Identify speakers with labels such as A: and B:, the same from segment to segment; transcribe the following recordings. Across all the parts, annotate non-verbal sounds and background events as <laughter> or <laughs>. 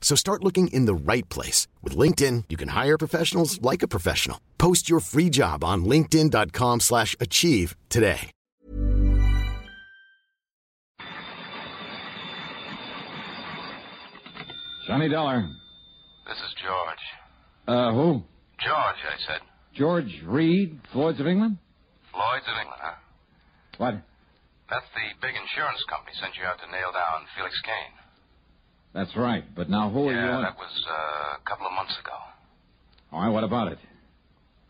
A: So start looking in the right place. With LinkedIn, you can hire professionals like a professional. Post your free job on linkedin.com/achieve slash achieve today.
B: Johnny Dollar.
C: This is George.
B: Uh, who?
C: George, I said.
B: George Reed, Floyd's of England?
C: Lloyd's of England, huh?
B: What?
C: That's the big insurance company sent you out to nail down Felix Kane.
B: That's right. But now who are you?
C: yeah,
B: on-
C: that was uh, a couple of months ago.
B: All right, what about it?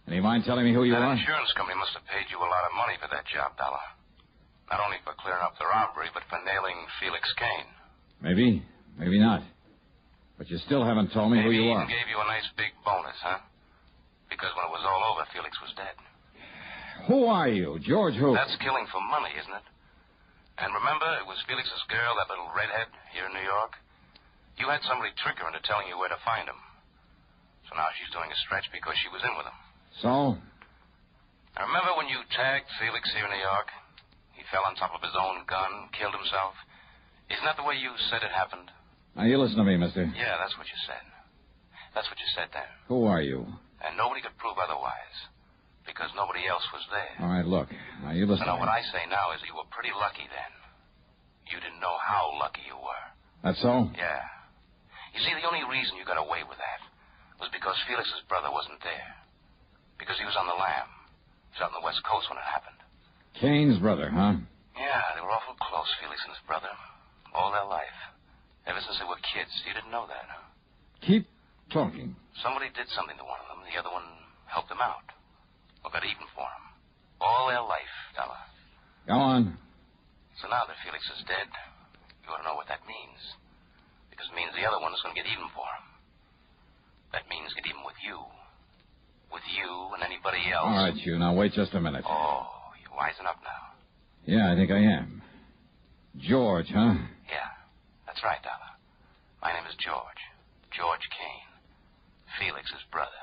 B: Any mind telling me who you
C: that
B: are?
C: insurance company must have paid you a lot of money for that job, Dollar. Not only for clearing up the robbery, but for nailing Felix Kane.
B: Maybe, maybe not. But you still haven't told me who
C: Maybe
B: you
C: he
B: are.
C: even gave you a nice big bonus, huh? Because when it was all over, Felix was dead.
B: Who are you? George who?
C: That's killing for money, isn't it? And remember, it was Felix's girl, that little redhead, here in New York. You had somebody trick her into telling you where to find him. So now she's doing a stretch because she was in with him.
B: So?
C: Now remember when you tagged Felix here in New York? He fell on top of his own gun, killed himself. Isn't that the way you said it happened?
B: Now you listen to me, mister.
C: Yeah, that's what you said. That's what you said then.
B: Who are you?
C: And nobody could prove otherwise. Because nobody else was there.
B: All right, look. Now you listen
C: So
B: to
C: now what
B: me.
C: I say now is you were pretty lucky then. You didn't know how lucky you were.
B: That's all?
C: Yeah. You see, the only reason you got away with that was because Felix's brother wasn't there. Because he was on the lam. He was out on the West Coast when it happened.
B: Kane's brother, huh?
C: Yeah, they were awful close, Felix and his brother. All their life. Ever since they were kids. You didn't know that, huh?
B: Keep talking.
C: Somebody did something to one of them. The other one helped them out. Or got even for him. All their life, Dollar.
B: Go on.
C: So now that Felix is dead, you ought to know what that means. Because it means the other one is going to get even for him. That means get even with you. With you and anybody else.
B: All right, you. Now wait just a minute.
C: Oh, you're wising up now.
B: Yeah, I think I am. George, huh?
C: Yeah, that's right, Dollar. My name is George. George Kane. Felix's brother.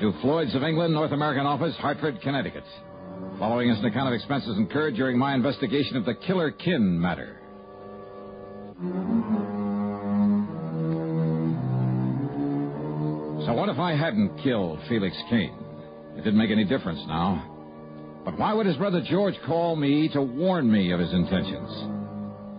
B: to Floyd's of England, North American Office, Hartford, Connecticut. Following is an account of expenses incurred during my investigation of the Killer Kin matter. So what if I hadn't killed Felix Kane? It didn't make any difference now. But why would his brother George call me to warn me of his intentions?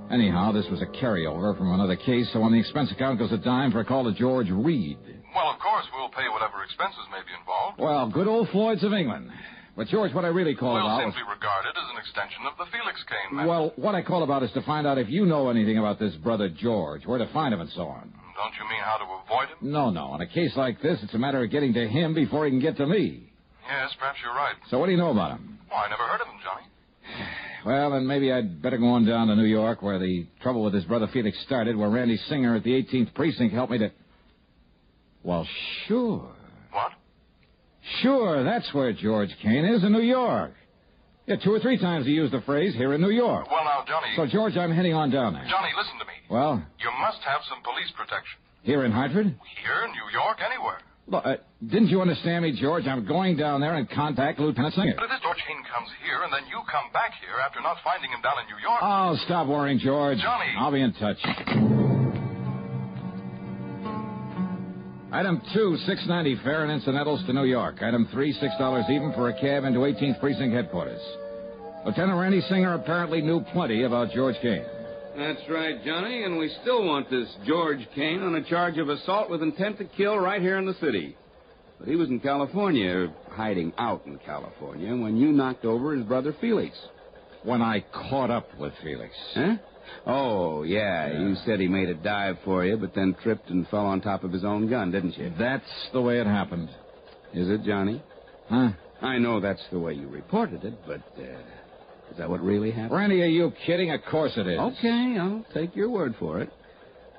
B: Anyhow, this was a carryover from another case, so on the expense account goes a dime for a call to George Reed.
D: Well, of course, we'll pay whatever expenses may be involved.
B: Well, good old Floyd's of England. But George, what I really call
D: We'll
B: about. was-
D: simply regard it as an extension of the Felix Kane matter.
B: Well, what I call about is to find out if you know anything about this brother George, where to find him, and so on.
D: Don't you mean how to avoid him?
B: No, no. In a case like this, it's a matter of getting to him before he can get to me.
D: Yes, perhaps you're right.
B: So what do you know about him?
D: Oh, I never heard of him, Johnny.
B: Well, then maybe I'd better go on down to New York where the trouble with his brother Felix started, where Randy Singer at the 18th Precinct helped me to. Well, sure.
D: What?
B: Sure, that's where George Kane is, in New York. Yeah, two or three times he used the phrase here in New York.
D: Well, now, Johnny.
B: So, George, I'm heading on down there.
D: Johnny, listen to me.
B: Well,
D: You must have some police protection.
B: Here in Hartford?
D: Here, in New York, anywhere.
B: Look, uh, didn't you understand me, George? I'm going down there and contact Lieutenant Singer.
D: But if this Dorchain comes here and then you come back here after not finding him down in New York.
B: Oh, stop worrying, George.
D: Johnny.
B: I'll be in touch. Item two, six ninety fare and incidentals to New York. Item three, six dollars even for a cab into 18th Precinct headquarters. Lieutenant Randy Singer apparently knew plenty about George Kane.
E: That's right, Johnny, and we still want this George Kane on a charge of assault with intent to kill right here in the city. But he was in California, hiding out in California, when you knocked over his brother Felix.
B: When I caught up with Felix.
E: Huh? Oh, yeah, you said he made a dive for you, but then tripped and fell on top of his own gun, didn't you?
B: That's the way it happened.
E: Is it, Johnny?
B: Huh?
E: I know that's the way you reported it, but uh, is that what really happened?
B: Randy, are you kidding? Of course it is.
E: Okay, I'll take your word for it.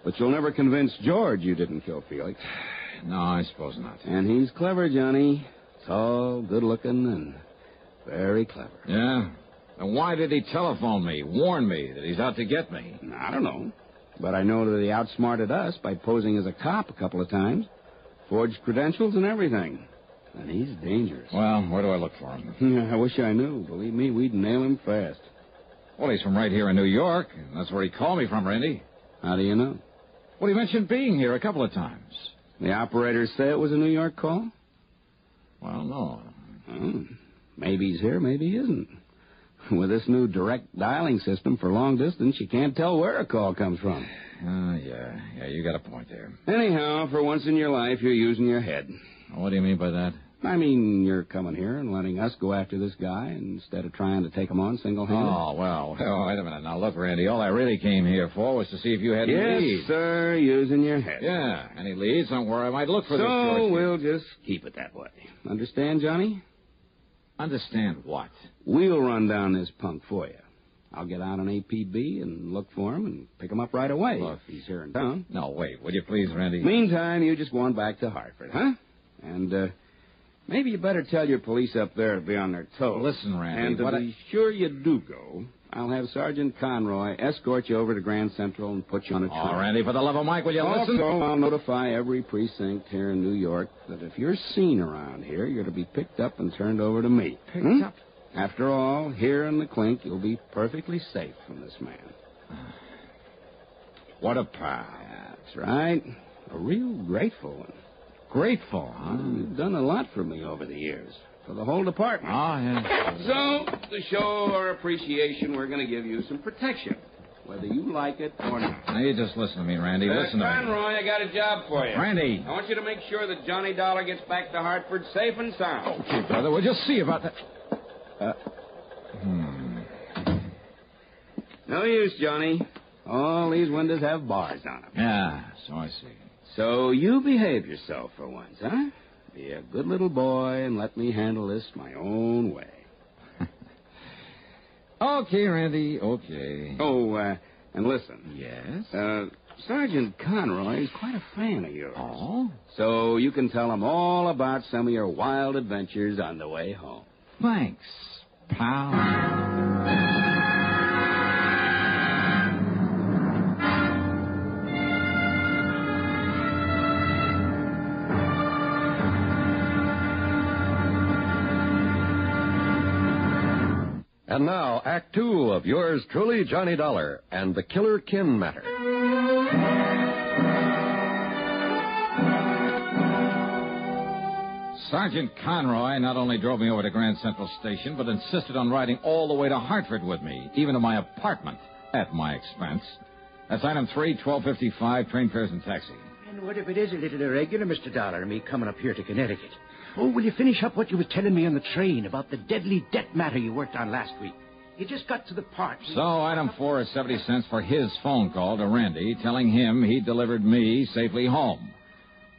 E: But you'll never convince George you didn't kill Felix.
B: <sighs> No, I suppose not.
E: And he's clever, Johnny. Tall, good looking, and very clever.
B: Yeah? Then why did he telephone me, warn me that he's out to get me?
E: I don't know. But I know that he outsmarted us by posing as a cop a couple of times, forged credentials and everything. And he's dangerous.
B: Well, where do I look for him?
E: Yeah, <laughs> I wish I knew. Believe me, we'd nail him fast.
B: Well, he's from right here in New York. and That's where he called me from, Randy.
E: How do you know?
B: Well, he mentioned being here a couple of times.
E: The operators say it was a New York call?
B: Well, no.
E: Hmm. Maybe he's here, maybe he isn't. <laughs> With this new direct dialing system for long distance, you can't tell where a call comes from.
B: Uh, yeah, yeah, you got a point there.
E: Anyhow, for once in your life, you're using your head.
B: What do you mean by that?
E: I mean, you're coming here and letting us go after this guy instead of trying to take him on single handed.
B: Oh, well, <laughs> well, wait a minute. Now, look, Randy, all I really came here for was to see if you had
E: yes,
B: any leads.
E: sir, using your head.
B: Yeah, any leads on where I might look for this
E: so
B: George.
E: we'll just keep it that way. Understand, Johnny?
B: Understand what?
E: We'll run down this punk for you. I'll get out an APB and look for him and pick him up right away
B: Look.
E: if he's here in town.
B: No, wait, would you please, Randy?
E: Meantime, you just go on back to Hartford, huh? And uh, maybe you better tell your police up there to be on their toes.
B: Listen, Randy,
E: and to
B: what I-
E: be sure you do go, I'll have Sergeant Conroy escort you over to Grand Central and put you on a train.
B: Oh, Randy, for the love of Mike, will you
E: Also,
B: listen?
E: I'll notify every precinct here in New York that if you're seen around here, you're to be picked up and turned over to me.
B: Picked
E: Hmm?
B: up?
E: After all, here in the clink, you'll be perfectly safe from this man.
B: What a pal.
E: That's right. A real grateful one.
B: Grateful, huh?
E: You've done a lot for me over the years, for the whole department.
B: Oh, yeah.
E: So, to show our appreciation, we're going to give you some protection, whether you like it or not.
B: Now, you just listen to me, Randy.
E: Uh,
B: listen to me.
E: Conroy, I got a job for you.
B: Randy.
E: I want you to make sure that Johnny Dollar gets back to Hartford safe and sound.
B: Okay, brother, we'll just see about that.
E: No use, Johnny. All these windows have bars on them.
B: Yeah, so I see.
E: So you behave yourself for once, huh? Be a good little boy and let me handle this my own way.
B: Okay, Randy, okay.
E: Oh, uh, and listen.
B: Yes?
E: Uh, Sergeant Conroy is quite a fan of yours.
B: Oh?
E: So you can tell him all about some of your wild adventures on the way home.
B: Thanks, pal.
F: And now, Act Two of yours truly, Johnny Dollar, and the Killer Kin Matter.
B: Sergeant Conroy not only drove me over to Grand Central Station, but insisted on riding all the way to Hartford with me, even to my apartment, at my expense. That's item three, twelve fifty-five, train fares and taxi.
G: And what if it is a little irregular, Mr. Dollar, me coming up here to Connecticut? Oh, will you finish up what you was telling me on the train about the deadly debt matter you worked on last week? You just got to the part.
B: So, item four is 70 cents for his phone call to Randy, telling him he delivered me safely home.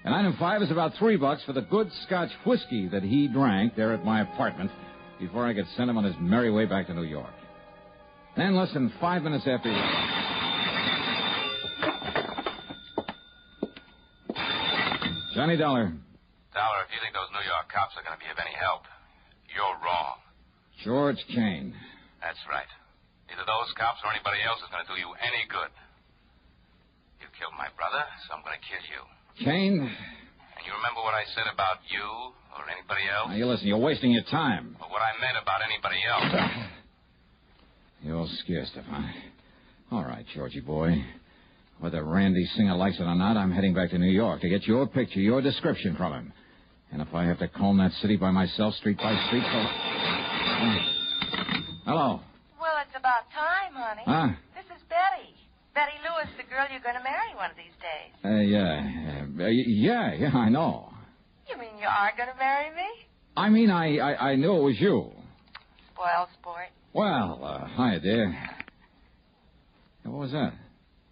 B: And item five is about three bucks for the good Scotch whiskey that he drank there at my apartment before I could send him on his merry way back to New York. Then, less than five minutes after. Johnny Dollar.
C: Dollar, if you think those New York cops are going to be of any help, you're wrong.
B: George Kane.
C: That's right. Neither those cops or anybody else is going to do you any good. You killed my brother, so I'm going to kill you.
B: Kane,
C: And you remember what I said about you or anybody
B: now
C: else?
B: you listen, you're wasting your time.
C: Or what I meant about anybody else?
B: You're all scared, Stefan. All right, Georgie boy. Whether Randy Singer likes it or not, I'm heading back to New York to get your picture, your description from him. And if I have to comb that city by myself, street by street, so... Hello.
H: Well, it's about time, honey.
B: Huh?
H: This is Betty. Betty Lewis, the girl you're going to marry one of these days.
B: Uh, yeah, uh, yeah, yeah, I know.
H: You mean you are going to marry me?
B: I mean, I, I, I knew it was you.
H: Spoil sport.
B: Well, uh, hi, dear. Yeah, What was that?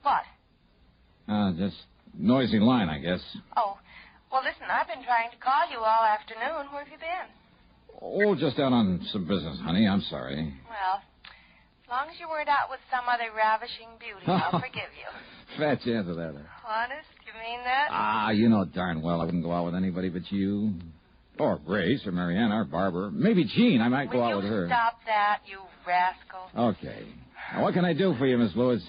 H: What?
B: Uh, just noisy line, I guess.
H: Oh, well, listen, I've been trying to call you all afternoon. Where have you been?
B: Oh, just out on some business, honey. I'm sorry.
H: Well, as long as you weren't out with some other ravishing
B: <laughs>
H: beauty, I'll forgive you.
B: Fat chance of that.
H: Honest? You mean that?
B: Ah, you know darn well I wouldn't go out with anybody but you. Or Grace, or Marianne, or Barbara. Maybe Jean. I might
H: Will
B: go out
H: you
B: with her.
H: stop that, you rascal?
B: Okay. Now, what can I do for you, Miss Lewis?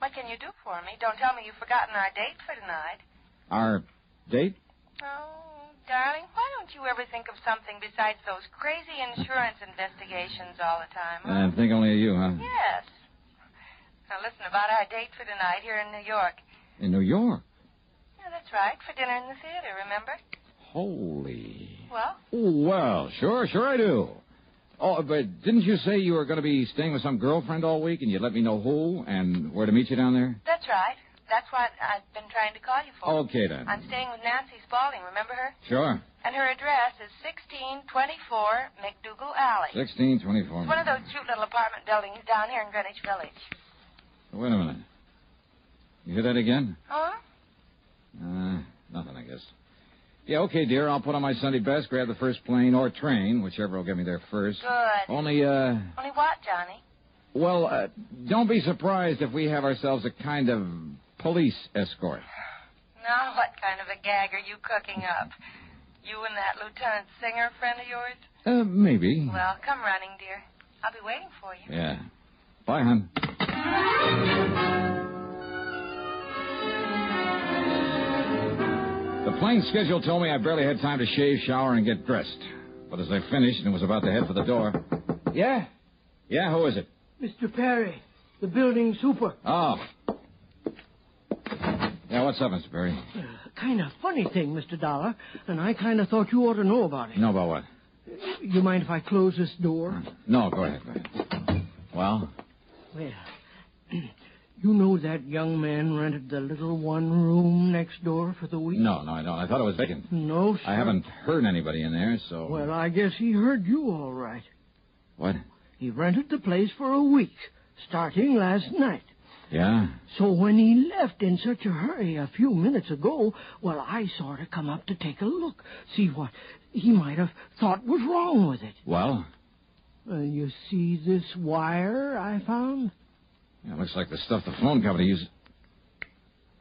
H: What can you do for me? Don't tell me you've forgotten our date for tonight.
B: Our date?
H: Oh, darling, why don't you ever think of something besides those crazy insurance investigations all the time?
B: Uh,
H: huh?
B: think only of you, huh?
H: Yes. Now, listen about our date for tonight here in New York.
B: In New York.
H: Yeah, that's right, for dinner in the theater, remember?
B: Holy.
H: Well,
B: Oh, well, sure, sure I do. Oh, but didn't you say you were going to be staying with some girlfriend all week and you'd let me know who and where to meet you down there?
H: that's right. That's what I've been trying to call you for.
B: Okay, then.
H: I'm staying with Nancy Spaulding, remember her?
B: Sure.
H: And her address is 1624 McDougal Alley.
B: 1624.
H: It's one of those cute little apartment buildings down here in Greenwich Village.
B: Wait a minute. You hear that again?
H: Huh?
B: Uh, nothing, I guess. Yeah, okay, dear. I'll put on my Sunday best, grab the first plane or train, whichever will get me there first.
H: Good.
B: Only, uh,
H: Only what, Johnny?
B: well, uh, don't be surprised if we have ourselves a kind of police escort.
H: Now, what kind of a gag are you cooking up? You and that Lieutenant Singer friend of yours?
B: Uh, maybe.
H: Well, come running, dear. I'll be waiting for you.
B: Yeah. Bye, hon. The plane schedule told me I barely had time to shave, shower, and get dressed. But as I finished and was about to head for the door. Yeah? Yeah, who is it?
I: Mr. Perry, the building super.
B: Oh. Yeah, what's up, Mr. Perry?
I: Kind of funny thing, Mr. Dollar, and I kind of thought you ought to know about it.
B: You know about what?
I: You mind if I close this door?
B: No, go ahead. Go ahead. Well? Mm.
I: Well, <clears throat> you know that young man rented the little one room next door for the week?
B: No, no, I don't. I thought it was vacant.
I: No, sir.
B: I haven't heard anybody in there, so.
I: Well, I guess he heard you all right.
B: What?
I: He rented the place for a week, starting last night.
B: Yeah?
I: So when he left in such a hurry a few minutes ago, well, I saw her come up to take a look, see what he might have thought was wrong with it.
B: Well?
I: Uh, you see this wire I found?
B: Yeah, looks like the stuff the phone company uses.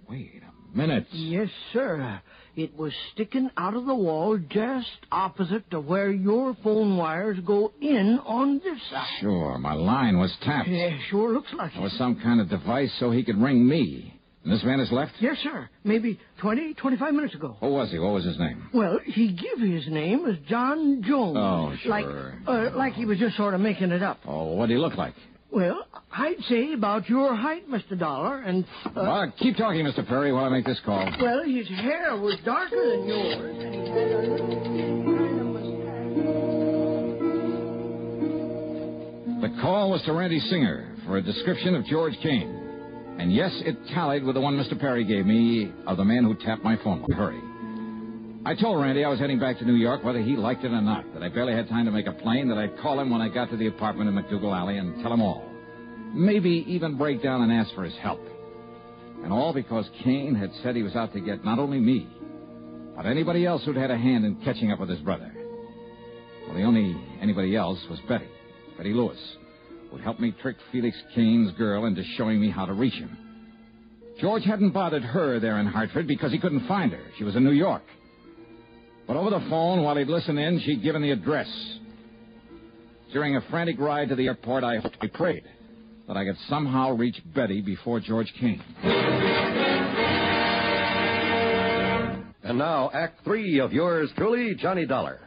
B: Wait a minute.
I: Yes, sir. It was sticking out of the wall just opposite to where your phone wires go in on this side.
B: Sure, my line was tapped.
I: Yeah, sure looks like
B: It
I: it.
B: was some kind of device so he could ring me. And this man is left?
I: Yes, sir. Maybe twenty, twenty-five minutes ago.
B: Who was he? What was his name?
I: Well, he give his name as John Jones.
B: Oh, sure.
I: Like, uh, like he was just sort of making it up.
B: Oh, what did he look like?
I: Well, I'd say about your height, Mr. Dollar, and, uh,
B: well, keep talking, Mr. Perry, while I make this call.
I: well, his hair was darker than yours. and he had a little-
B: The call was to Randy Singer for a description of George Kane. And yes, it tallied with the one Mr. Perry gave me of the man who tapped my phone. Hurry. I told Randy I was heading back to New York, whether he liked it or not, that I barely had time to make a plane, that I'd call him when I got to the apartment in McDougal Alley and tell him all. Maybe even break down and ask for his help. And all because Kane had said he was out to get not only me, but anybody else who'd had a hand in catching up with his brother. Well, the only anybody else was Betty, Betty Lewis, who helped me trick Felix Kane's girl into showing me how to reach him. George hadn't bothered her there in Hartford because he couldn't find her. She was in New York. But over the phone, while he'd listen in, she'd given the address. During a frantic ride to the airport, I hoped, I prayed that I could somehow reach Betty before George came.
J: And now, Act Three of yours truly, Johnny Dollar.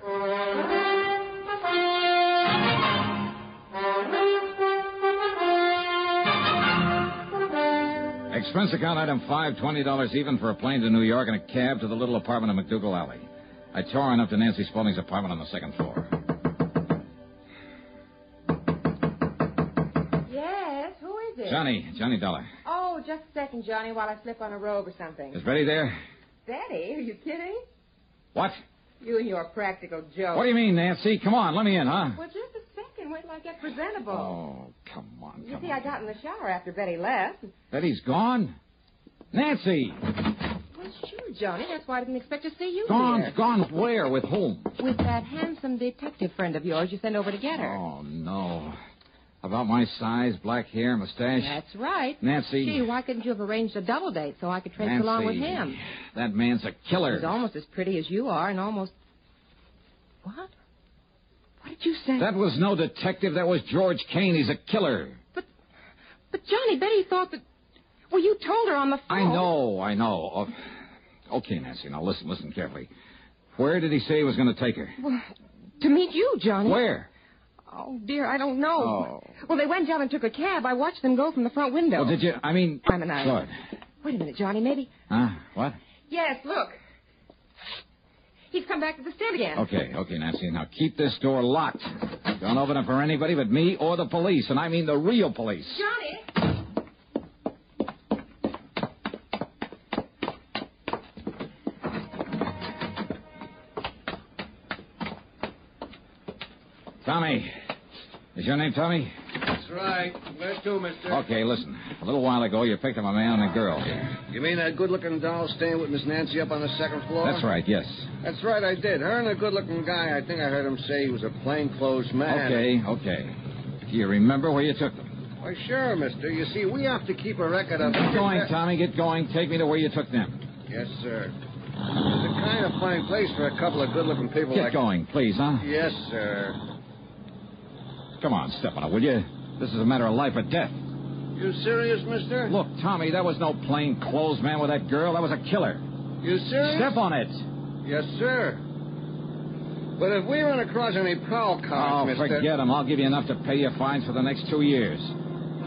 B: Expense account item five, twenty dollars even for a plane to New York and a cab to the little apartment in McDougal Alley. I tore on up to Nancy Spaulding's apartment on the second floor.
H: Yes, who is it?
B: Johnny, Johnny Dollar.
H: Oh, just a second, Johnny, while I slip on a robe or something.
B: Is Betty there?
H: Betty, are you kidding?
B: What?
H: You and your practical joke.
B: What do you mean, Nancy? Come on, let me in, huh?
H: Well, just a second. Wait till I get presentable.
B: Oh, come on.
H: You see, I got in the shower after Betty left.
B: Betty's gone? Nancy!
H: Well, sure, Johnny. That's why I didn't expect to see you
B: Gone,
H: here.
B: gone where? With whom?
H: With that handsome detective friend of yours you sent over to get her.
B: Oh, no. About my size, black hair, mustache.
H: That's right.
B: Nancy.
H: Gee, why couldn't you have arranged a double date so I could trace you along with
B: Nancy.
H: him?
B: That man's a
H: He's
B: killer.
H: almost as pretty as you are and almost. What? What did you say?
B: That was no detective. That was George Kane. He's a killer.
H: But Johnny, Betty thought that. Well, you told her on the phone.
B: I know, I know. Oh, okay, Nancy, now listen, listen carefully. Where did he say he was going to take her?
H: Well, to meet you, Johnny.
B: Where? Oh.
H: Oh, dear, I don't know. Well, they went out and took a cab. I watched them go from the front window.
B: Well, Oh, did you? I mean,
H: I'm an island. Wait a minute, Johnny, maybe.
B: Huh? What?
H: Yes, look. He's come back to the stand again.
B: Okay, okay, Nancy. Now keep this door locked. Don't open it for anybody but me or the police, and I mean the real police.
H: Johnny!
B: Tommy, is your name Tommy?
C: That's right. Where to, mister?
B: Okay, listen. A little while ago, you picked up a man and a girl here.
C: You mean that good looking doll staying with Miss Nancy up on the second floor?
B: That's right. Yes.
C: That's right, I did. Her and a good looking guy, I think I heard him say he was a plainclothes man.
B: Okay, okay. Do you remember where you took them?
C: Why, sure, mister. You see, we have to keep a record of.
B: Get going, Tommy. Get going. Take me to where you took them.
C: Yes, sir. It's a kind of fine place for a couple of good looking people
B: Get
C: like.
B: going, please, huh?
C: Yes, sir.
B: Come on, step on it, will you? This is a matter of life or death.
C: You serious, mister?
B: Look, Tommy, that was no plain clothes man with that girl. That was a killer.
C: You serious?
B: Step on it.
C: Yes, sir. But if we run across any prowl
B: Oh,
C: cars, mister.
B: forget him. I'll give you enough to pay your fines for the next two years.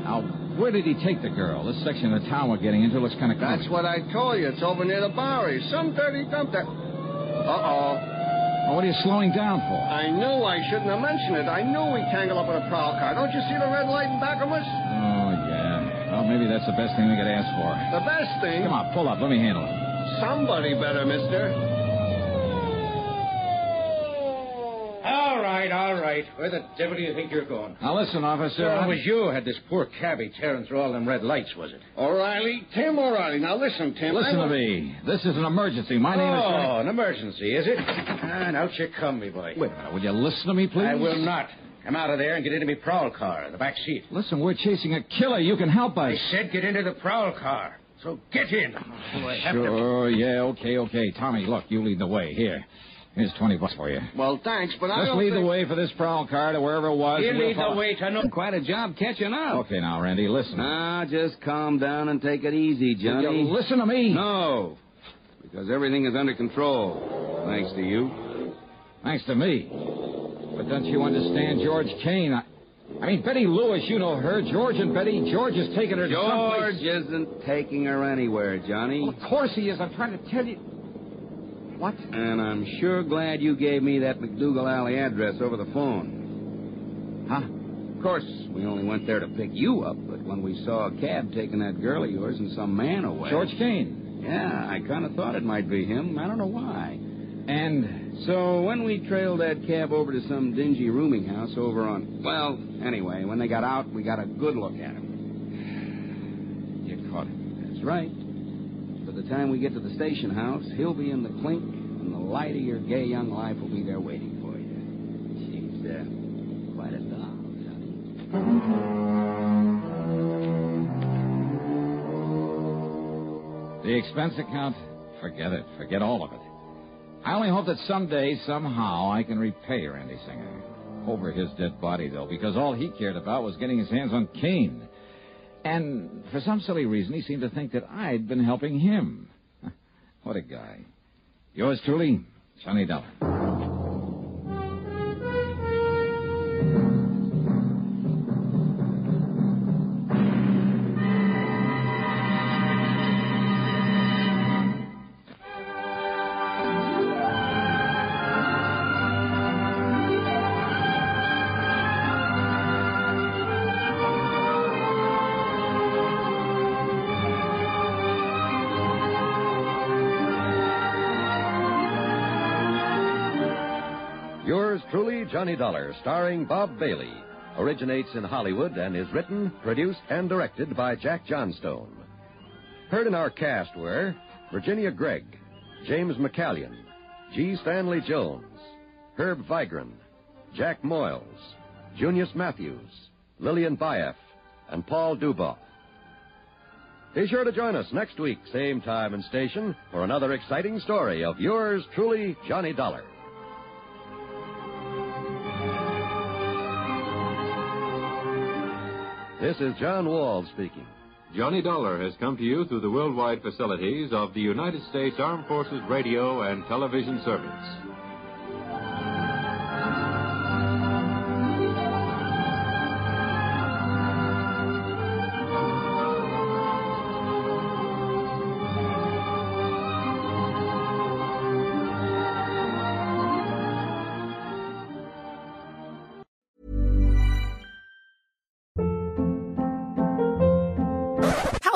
B: Now, where did he take the girl? This section of town we're getting into looks kind of
C: That's what I told you. It's over near the Bowery. Some dirty dump that. Uh oh.
B: what are you slowing down for?
C: I knew I shouldn't have mentioned it. I knew we'd tangle up with a prowl car. Don't you see the red light in back of
B: Oh,
C: us?
B: yeah. Well, maybe that's the best thing we could ask for.
C: The best thing.
B: Come on, pull up. Let me handle it.
C: Somebody better, mister.
K: All right, all right. Where the devil do you think you're going?
B: Now, listen, officer.
K: So it
B: I'm-
K: was you who had this poor cabbie tearing through all them red lights, was it?
C: O'Reilly? Tim O'Reilly. Now listen, Tim. I
K: Listen to
C: wa-
B: me. This is an emergency. My name is.
K: Oh, an emergency, is it? Ah, And out you come, me boy. Wait a
B: minute. Will you listen to me, please?
K: I will not. Come out of there and get into me prowl car in the back seat.
B: Listen, we're chasing a killer. You can help us.
K: I said get into the prowl car. So get in. Oh, I have to-
B: Sure, yeah, okay, okay. Tommy, look, you lead the way. Here. Here's 20 bucks for you.
C: Well, thanks, but I
B: Just
C: don't
B: lead
C: think...
B: the way for this prowl car to wherever it was.
E: You
B: and we'll
E: lead the
B: follow.
E: way to know. Quite a job catching up.
B: Okay, now, Randy, listen.
E: Oh, Now, just calm down and take it easy,
B: Will
E: Johnny.
B: you listen to me?
E: No, because everything is under control. Thanks to you.
B: Thanks to me. But don't you understand, George Kane? I, I mean, Betty Lewis, you know her. George and Betty. George is taking her
E: George
B: someplace.
E: isn't taking her anywhere, Johnny.
B: Of course he is. I'm trying to tell you. What?
E: And I'm sure glad you gave me that McDougal Alley address over the phone. Huh? Of course, we only went there to pick you up, but when we saw a cab taking that girl of yours and some man away.
B: George Kane.
E: Yeah, I kind of thought it might be him. I don't know why.
B: And
E: so when we trailed that cab over to some dingy rooming house over on. Well, anyway, when they got out, we got a good look at him.
B: You caught him.
E: That's right. By the time we get to the station house, he'll be in the clink, and the light of your gay young life will be there waiting for you. She's uh, quite a doll.
B: The expense account? Forget it. Forget all of it. I only hope that someday, somehow, I can repay Randy Singer. Over his dead body, though, because all he cared about was getting his hands on Kane. And for <laughs> some silly reason, he seemed to think that I'd been helping him. What a guy. Yours truly, Sonny Dollar.
E: Yours truly, Johnny Dollar, starring Bob Bailey, originates in Hollywood and is written, produced, and directed by Jack Johnstone. Heard in our cast were Virginia Gregg, James McCallion, G. Stanley Jones, Herb Vigran, Jack Moyles, Junius Matthews, Lillian Baeff, and Paul Duboff. Be sure to join us next week, same time and station, for another exciting story of yours truly, Johnny Dollar. This is John Wall speaking.
L: Johnny Dollar has come to you through the worldwide facilities of the United States Armed Forces Radio and Television Service.